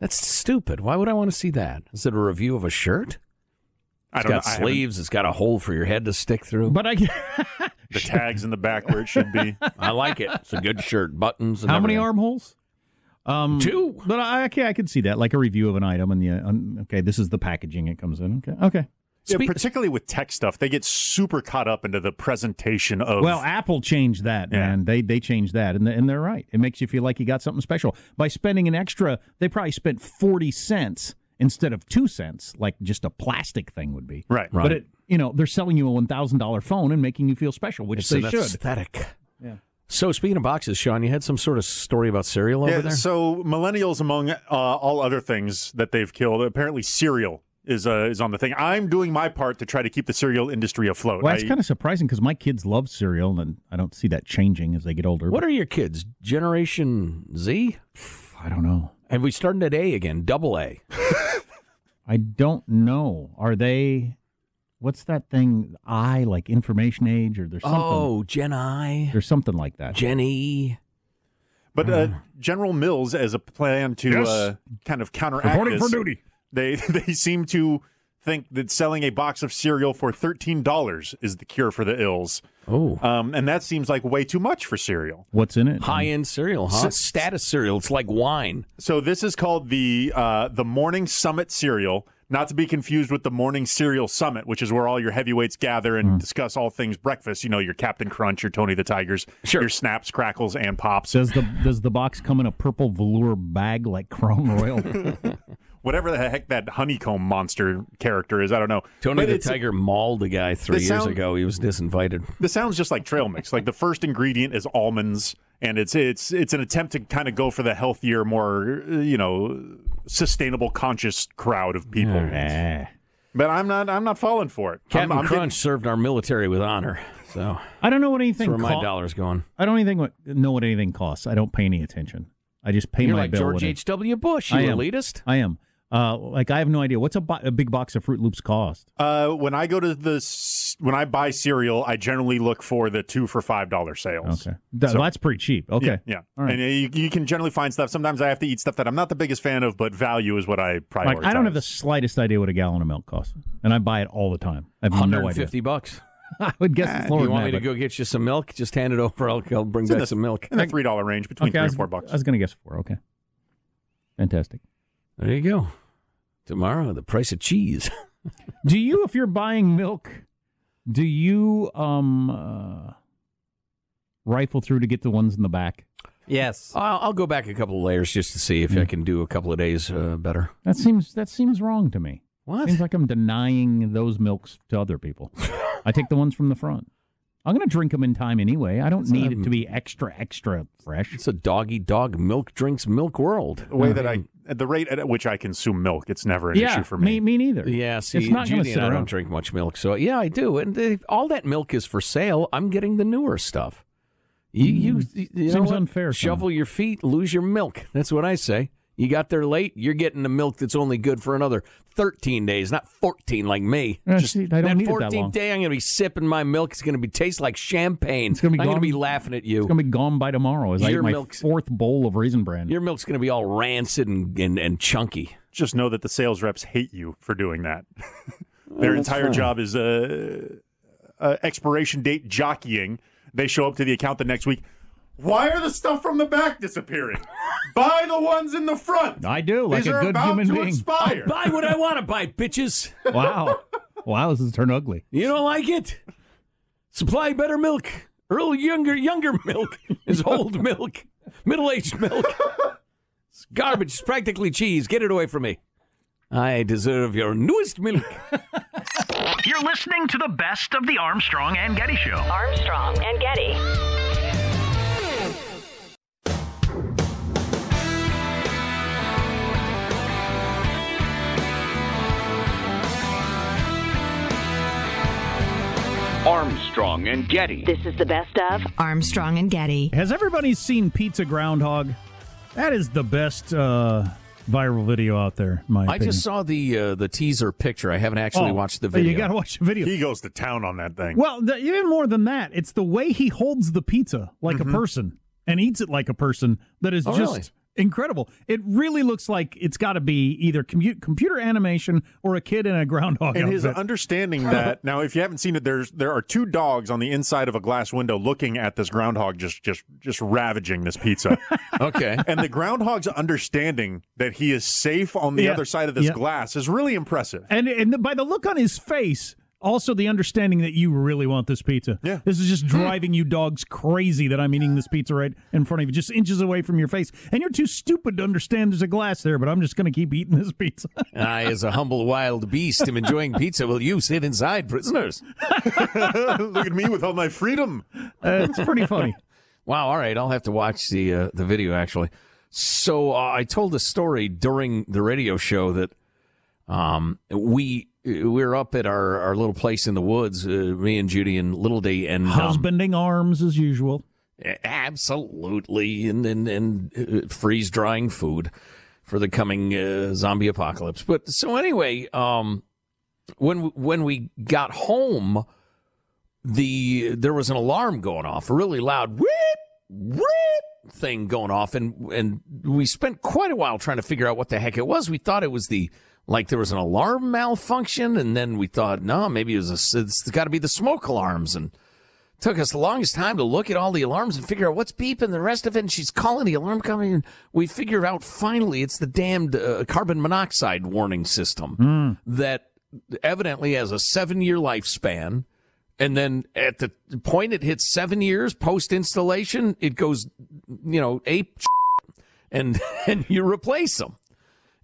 Speaker 2: That's stupid. Why would I want to see that? Is it a review of a shirt?
Speaker 4: I
Speaker 2: It's
Speaker 4: don't
Speaker 2: got
Speaker 4: know. I haven't-
Speaker 2: sleeves. It's got a hole for your head to stick through.
Speaker 1: But I
Speaker 4: The tags in the back where it should be.
Speaker 2: I like it. It's a good shirt. Buttons. And
Speaker 1: How many
Speaker 2: everything.
Speaker 1: armholes? Um,
Speaker 2: Two.
Speaker 1: But I okay, I could see that, like a review of an item, and the uh, un- okay, this is the packaging it comes in. Okay, okay.
Speaker 4: Yeah, particularly with tech stuff, they get super caught up into the presentation of
Speaker 1: Well, Apple changed that, man. They they changed that, and they- and they're right. It makes you feel like you got something special by spending an extra. They probably spent forty cents instead of two cents, like just a plastic thing would be.
Speaker 4: Right,
Speaker 1: But it, you know, they're selling you a one thousand dollar phone and making you feel special, which
Speaker 2: It's
Speaker 1: they
Speaker 2: an
Speaker 1: should.
Speaker 2: aesthetic.
Speaker 1: Yeah.
Speaker 2: So speaking of boxes, Sean, you had some sort of story about cereal over
Speaker 4: Yeah,
Speaker 2: there.
Speaker 4: So millennials, among uh, all other things that they've killed, apparently cereal is uh, is on the thing. I'm doing my part to try to keep the cereal industry afloat.
Speaker 1: Well,
Speaker 4: I-
Speaker 1: it's kind of surprising because my kids love cereal, and I don't see that changing as they get older.
Speaker 2: What are your kids? Generation Z?
Speaker 1: I don't know.
Speaker 2: Have we started at A again? Double A.
Speaker 1: I don't know. Are they? What's that thing? I like information age, or there's something.
Speaker 2: Oh, Gen I.
Speaker 1: There's something like that.
Speaker 2: Jenny.
Speaker 4: But uh, General Mills, as a plan to
Speaker 1: Hmm. Yes.
Speaker 4: uh, kind of counteract
Speaker 1: Reporting
Speaker 4: this,
Speaker 1: for duty.
Speaker 4: they they seem to think that selling a box of cereal for thirteen dollars is the cure for the ills.
Speaker 2: Oh,
Speaker 4: um, and that seems like way too much for cereal.
Speaker 1: What's in it?
Speaker 2: High end cereal, huh?
Speaker 4: S-
Speaker 2: Status cereal. It's like wine.
Speaker 4: So this is called the uh, the Morning Summit cereal, not to be confused with the Morning Cereal Summit, which is where all your heavyweights gather and
Speaker 2: Mm.
Speaker 4: discuss all things breakfast. You know, your Captain Crunch, your Tony the Tigers, your Snaps, Crackles, and Pops,
Speaker 1: Does the does the box come in a purple velour bag like Crown Royal?
Speaker 4: whatever the heck that honeycomb monster character is. I don't know.
Speaker 2: Tony
Speaker 4: But
Speaker 2: the
Speaker 4: it's-
Speaker 2: Tiger mauled a guy three
Speaker 4: The
Speaker 2: years
Speaker 4: sound-
Speaker 2: ago. He was disinvited.
Speaker 4: This sounds just like trail mix. Like the first ingredient is almonds, and it's it's it's an attempt to kind of go for the healthier, more uh, you know, sustainable, conscious crowd of people. But I'm not I'm not falling for it.
Speaker 2: Captain
Speaker 4: I'm, I'm
Speaker 2: Crunch served our military with honor. So
Speaker 1: I don't know what
Speaker 2: that's
Speaker 1: anything.
Speaker 2: where my
Speaker 1: co-
Speaker 2: dollar's going.
Speaker 1: I don't even what, know what anything costs. I don't pay any attention. I just pay
Speaker 2: You're
Speaker 1: my
Speaker 2: like
Speaker 1: bill.
Speaker 2: George
Speaker 1: when it-
Speaker 2: H. W. Bush. You
Speaker 1: I am.
Speaker 2: elitist.
Speaker 1: I am. Uh, like I have no idea what's a, bo- a big box of Fruit Loops cost.
Speaker 4: Uh, when I go to the s- when I buy cereal, I generally look for the two for five dollar sales.
Speaker 1: Okay, Th-
Speaker 4: So-
Speaker 1: that's pretty cheap. Okay,
Speaker 4: Yeah, yeah.
Speaker 1: All right.
Speaker 4: and uh, you, you can generally find stuff. Sometimes I have to eat stuff that I'm not the biggest fan of, but value is what I prioritize.
Speaker 1: Like I don't have the slightest idea what a gallon of milk costs, and I buy it all the time. I have no idea.
Speaker 2: 150 bucks.
Speaker 1: I would
Speaker 4: Ah,
Speaker 1: guess it's lower
Speaker 2: you
Speaker 1: than
Speaker 2: want
Speaker 1: that,
Speaker 2: me to
Speaker 1: but-
Speaker 2: go get you some milk? Just hand it over. I'll, I'll bring
Speaker 4: It's in
Speaker 2: back
Speaker 4: the-
Speaker 2: some milk.
Speaker 4: in the three dollar range between
Speaker 1: I
Speaker 4: three
Speaker 1: was,
Speaker 4: and four bucks.
Speaker 1: I was going to guess four. Okay, fantastic.
Speaker 2: There you go. Tomorrow, the price of cheese.
Speaker 1: Do you, if you're buying milk, do you um uh, rifle through to get the ones in the back?
Speaker 2: Yes. I'll, I'll go back a couple of layers just to see if
Speaker 1: Mm.
Speaker 2: I can do a couple of days uh, better.
Speaker 1: That seems that seems wrong to me.
Speaker 2: What?
Speaker 1: Seems like I'm denying those milks to other people. I take the ones from the front. I'm going to drink them in time anyway. I don't
Speaker 2: It's
Speaker 1: need
Speaker 2: not a-
Speaker 1: it to be extra extra fresh.
Speaker 2: It's a doggy dog milk drinks milk world.
Speaker 1: Oh,
Speaker 4: the way that I at the rate at which I consume milk, it's never an issue for me.
Speaker 1: me neither.
Speaker 2: Yeah, see,
Speaker 1: it's not gonna
Speaker 2: Judy
Speaker 1: sit
Speaker 2: and I
Speaker 1: around.
Speaker 2: don't drink much milk, so yeah, I do. And they, all that milk is for sale. I'm getting the newer stuff. You, you, you know
Speaker 1: Mm. Seems
Speaker 2: what?
Speaker 1: unfair, Sean.
Speaker 2: Shovel your feet, lose your milk. That's what I say. You got there late. You're getting the milk that's only good for another 13 days, not 14 like me.
Speaker 1: Yeah, see, I don't
Speaker 2: that
Speaker 1: need it that
Speaker 2: 14th
Speaker 1: long.
Speaker 2: day, I'm going to be sipping my milk. It's going to be taste like champagne.
Speaker 1: It's gonna be
Speaker 2: I'm going
Speaker 1: gone-
Speaker 2: to be laughing at you.
Speaker 1: It's going to be gone by tomorrow as I eat
Speaker 2: Your
Speaker 1: my
Speaker 2: milk's-
Speaker 1: fourth bowl of raisin bran.
Speaker 2: Your milk's going to be all rancid and, and, and chunky.
Speaker 4: Just know that the sales reps hate you for doing that. Their entire job is uh, uh, expiration date jockeying. They show up to the account the next week. Why are the stuff from the back disappearing? Buy the ones in the front.
Speaker 1: I do, like
Speaker 4: These
Speaker 1: a
Speaker 4: are
Speaker 1: good
Speaker 4: about
Speaker 1: human
Speaker 4: to
Speaker 1: being.
Speaker 4: expire.
Speaker 2: Buy what I want to buy, bitches.
Speaker 1: Wow. wow, this has turned ugly.
Speaker 2: You don't like it? Supply better milk. Earl younger younger milk is old milk. Middle aged milk. It's garbage. It's practically cheese. Get it away from me. I deserve your newest milk.
Speaker 3: You're listening to the best of the Armstrong and Getty Show.
Speaker 14: Armstrong and Getty.
Speaker 15: Armstrong and Getty.
Speaker 16: This is the best of Armstrong and Getty.
Speaker 1: Has everybody seen Pizza Groundhog? That is the best uh, viral video out there. in my
Speaker 2: I
Speaker 1: opinion.
Speaker 2: just saw the uh, the teaser picture. I haven't actually
Speaker 1: Oh,
Speaker 2: watched the
Speaker 1: you
Speaker 2: video.
Speaker 1: gotta watch the video.
Speaker 4: He goes to town on that thing.
Speaker 1: Well, the, even more than that, it's the way he holds the pizza like
Speaker 4: Mhm.
Speaker 1: a person and eats it like a person that is
Speaker 2: Oh,
Speaker 1: just
Speaker 2: really?
Speaker 1: incredible. It really looks like it's got to be either commu- computer animation or a kid in a groundhog.
Speaker 4: and
Speaker 1: outfit.
Speaker 4: his understanding that now, if you haven't seen it, there's there are two dogs on the inside of a glass window looking at this groundhog just just just ravaging this pizza.
Speaker 2: okay,
Speaker 4: and the groundhog's understanding that he is safe on the
Speaker 1: Yeah.
Speaker 4: other side of this
Speaker 1: Yeah.
Speaker 4: glass is really impressive.
Speaker 1: and and the, by the look on his face, also the understanding that you really want this pizza. Yeah, this is just driving you dogs crazy that I'm eating this pizza right in front of you, just inches away from your face, and you're too stupid to understand there's a glass there. But I'm just going to keep eating this pizza.
Speaker 2: I, as a humble wild beast, am enjoying pizza while you sit inside, prisoners.
Speaker 4: Look at me with all my freedom.
Speaker 1: it's pretty funny.
Speaker 2: Wow. All right, I'll have to watch the uh, the video actually. So uh, I told a story during the radio show that um, we we were up at our, our little place in the woods, uh, me and Judy and Little D and um,
Speaker 1: Husbanding arms as usual.
Speaker 2: Absolutely, and and, and uh, freeze drying food for the coming uh, zombie apocalypse. But so anyway, um, when when we got home, the there was an alarm going off, a really loud whip whip thing going off, and and we spent quite a while trying to figure out what the heck it was. We thought it was the like there was an alarm malfunction, and then we thought no, maybe it was a, it's got to be the smoke alarms and. Took us the longest time to look at all the alarms and figure out what's beeping, the rest of it. And she's calling the alarm company, and we figure out finally it's the damned uh, carbon monoxide warning system that evidently has a seven year lifespan. And then at the point it hits seven years post installation, it goes, you know, ape and and you replace them.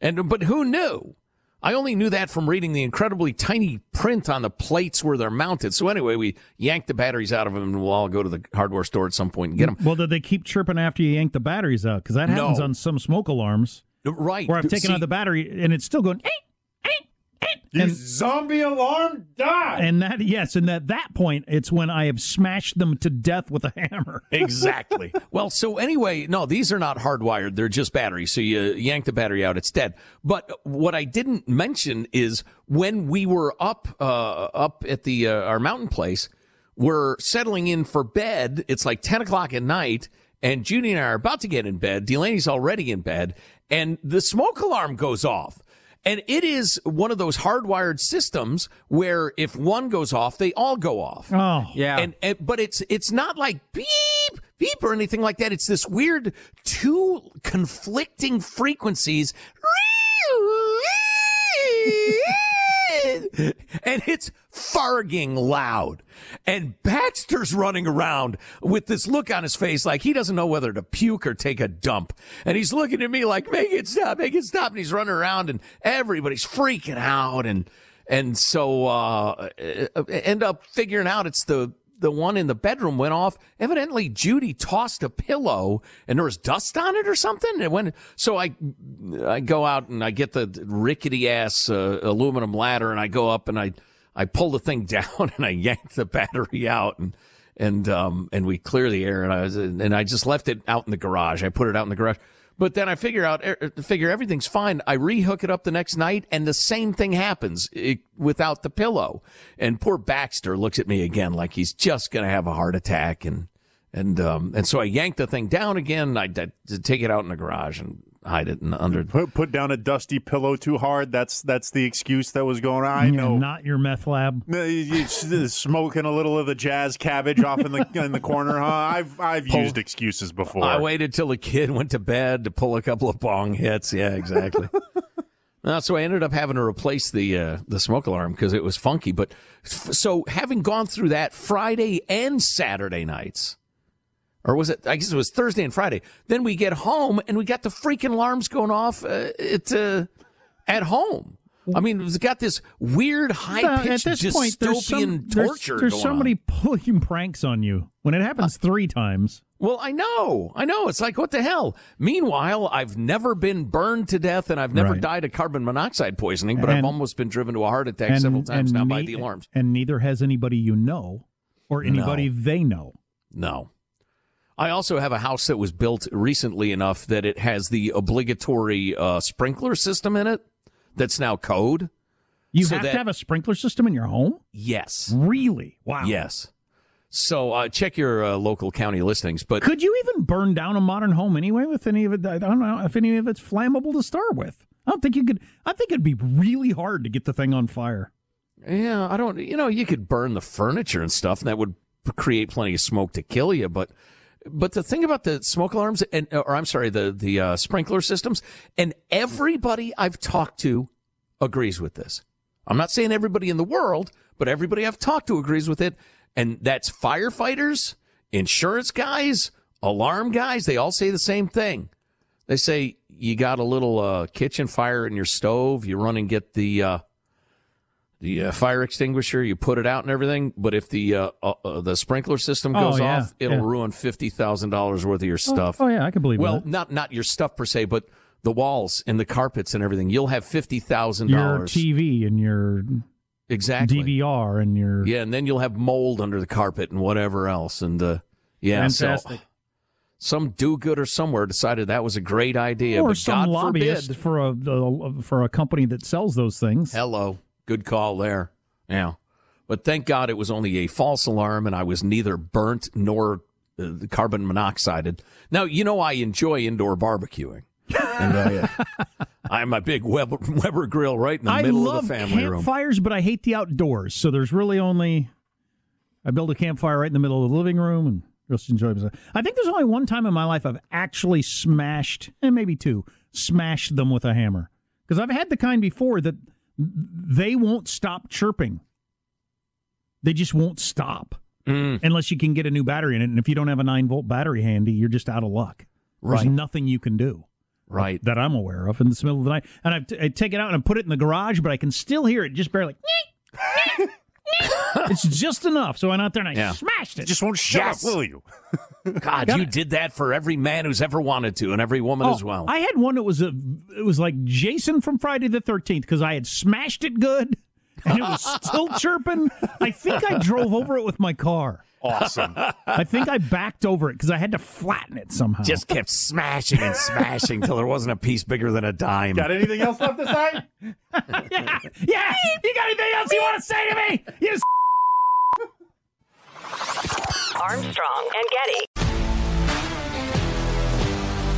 Speaker 2: And but who knew? I only knew that from reading the incredibly tiny print on the plates where they're mounted. So anyway, we yanked the batteries out of them, and we'll all go to the hardware store at some point and get them.
Speaker 1: Well, did they keep chirping after you yank the batteries out? Because that happens
Speaker 2: No.
Speaker 1: on some smoke alarms.
Speaker 2: Right.
Speaker 1: Where Mm. I've taken
Speaker 2: See-
Speaker 1: out the battery and it's still going. "Eh, eh, eh," and,
Speaker 4: zombie alarm die.
Speaker 1: and that yes, and at that point, it's when I have smashed them to death with a hammer.
Speaker 2: Exactly. well, so anyway, no, these are not hardwired. They're just batteries. So you yank the battery out, it's dead. But what I didn't mention is when we were up uh, up at the uh, our mountain place, we're settling in for bed. It's like ten o'clock at night, and Judy and I are about to get in bed. Delaney's already in bed, and the smoke alarm goes off. And it is one of those hardwired systems where if one goes off, they all go off.
Speaker 1: Oh,
Speaker 2: yeah. And, and but it's it's not like beep beep or anything like that. It's this weird two conflicting frequencies. And it's farging loud. And Baxter's running around with this look on his face like he doesn't know whether to puke or take a dump. And he's looking at me like, make it stop, make it stop. And he's running around and everybody's freaking out. And, and so, uh, uh, end up figuring out it's the, the one in the bedroom went off. Evidently, Judy tossed a pillow and there was dust on it or something. And when so I, I go out and I get the rickety ass uh, aluminum ladder and I go up and I, I pull the thing down and I yank the battery out and and um and we clear the air and I was and I just left it out in the garage. I put it out in the garage. But then I figure out er, figure everything's fine. I rehook it up the next night and the same thing happens it, without the pillow. And poor Baxter looks at me again like he's just going to have a heart attack and and um and so I yanked the thing down again. I, d- take it out in the garage and hide it and under
Speaker 4: put put down a dusty pillow too hard. That's that's the excuse that was going on. I
Speaker 1: Yeah,
Speaker 4: know.
Speaker 1: Not your meth lab.
Speaker 4: No, you- you s- uh, smoking a little of the jazz cabbage off in the in the corner, huh? I've I've
Speaker 2: Pull-
Speaker 4: used excuses before.
Speaker 2: I waited till the kid went to bed to pull a couple of bong hits. Yeah, exactly. Uh, so I ended up having to replace the uh, the smoke alarm because it was funky. But f- so having gone through that Friday and Saturday nights, or was it? I guess it was Thursday and Friday. Then we get home and we got the freaking alarms going off uh, at uh, at home. I mean, it's got this weird high
Speaker 1: at
Speaker 2: pitched
Speaker 1: this
Speaker 2: dystopian
Speaker 1: point, there's some, there's-
Speaker 2: torture.
Speaker 1: There's,
Speaker 2: going on. Uh,
Speaker 1: somebody pulling pranks on you when it happens three times.
Speaker 2: Well, I know. I know. It's like, what the hell? Meanwhile, I've never been burned to death and I've never
Speaker 1: Right.
Speaker 2: died of carbon monoxide poisoning, but I've
Speaker 1: And-
Speaker 2: almost been driven to a heart attack several times now by
Speaker 1: ne-
Speaker 2: the alarms.
Speaker 1: And neither has anybody you know. or anybody they know.
Speaker 2: No. I also have a house that was built recently enough that it has the obligatory uh, sprinkler system in it that's now code.
Speaker 1: You
Speaker 2: So
Speaker 1: have
Speaker 2: that-
Speaker 1: to have a sprinkler system in your home?
Speaker 2: Yes.
Speaker 1: Really? Wow.
Speaker 2: Yes. So uh, check your uh, local county listings. But
Speaker 1: Could you even burn down a modern home anyway with any of it? I don't know if any of it's flammable to start with. I don't think you could. I think it'd be really hard to get the thing on fire.
Speaker 2: Yeah, I don't. You know, you could burn the furniture and stuff, and that would p- create plenty of smoke to kill you. But, but the thing about the smoke alarms and, or I'm sorry, the the uh, sprinkler systems, and everybody I've talked to agrees with this. I'm not saying everybody in the world, but everybody I've talked to agrees with it, and that's firefighters, insurance guys, alarm guys. They all say the same thing. They say you got a little uh, kitchen fire in your stove. You run and get the. Uh, the uh, fire extinguisher, you put it out and everything. But if the uh, uh, uh, the sprinkler system
Speaker 1: Oh,
Speaker 2: goes
Speaker 1: yeah,
Speaker 2: off, it'll
Speaker 1: yeah.
Speaker 2: ruin fifty thousand dollars worth of your stuff.
Speaker 1: Oh, yeah, I can believe
Speaker 2: well,
Speaker 1: that.
Speaker 2: not not your stuff per se, but the walls and the carpets and everything. You'll have fifty thousand
Speaker 1: Your
Speaker 2: dollars
Speaker 1: TV and your
Speaker 2: exactly.
Speaker 1: DVR and your
Speaker 2: Yeah, and then you'll have mold under the carpet and whatever else. And uh, yeah, so
Speaker 1: Fantastic.
Speaker 2: some do-gooder somewhere decided that was a great idea,
Speaker 1: or
Speaker 2: but
Speaker 1: some
Speaker 2: God
Speaker 1: lobbyist
Speaker 2: forbid.
Speaker 1: for a, a for a company that sells those things.
Speaker 2: Hello. Good call there. Yeah. But thank God it was only a false alarm and I was neither burnt nor uh, carbon monoxided. Now, you know, I enjoy indoor barbecuing. and I, uh, I'm a big Weber, Weber grill right in the
Speaker 1: I
Speaker 2: middle
Speaker 1: love
Speaker 2: of the family room.
Speaker 1: campfires, but I hate the outdoors. So there's really only I build a campfire right in the middle of the living room and just enjoy myself. I think there's only one time in my life I've actually smashed, and maybe two, smashed them with a hammer because I've had the kind before that they won't stop chirping. They just won't stop
Speaker 2: Mm.
Speaker 1: unless you can get a new battery in it. And if you don't have a nine volt battery handy, you're just out of luck.
Speaker 2: Right.
Speaker 1: There's nothing you can do
Speaker 2: right
Speaker 1: that i'm aware of in the middle of the night and I've t- i take it out and I put it in the garage but i can still hear it just barely it's just enough so i went out there and i
Speaker 2: Yeah.
Speaker 1: smashed it
Speaker 4: Just won't shut
Speaker 2: Yes.
Speaker 4: up, will you?
Speaker 2: God, you did that for every man who's ever wanted to and every woman
Speaker 1: Oh,
Speaker 2: as well.
Speaker 1: i had one that was a it was like jason from friday the 13th because i had smashed it good and it was still chirping i think i drove over it with my car
Speaker 4: Awesome.
Speaker 1: i think i backed over it because i had to flatten it somehow
Speaker 2: Just kept smashing and smashing till there wasn't a piece bigger than a dime.
Speaker 4: Got anything else left to say?
Speaker 1: yeah you got anything else you want to say to me you s-
Speaker 14: Armstrong and Getty.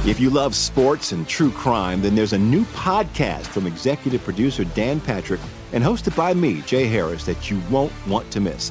Speaker 8: If you love sports and true crime, then there's a new podcast from executive producer Dan Patrick and hosted by me, Jay Harris, that you won't want to miss.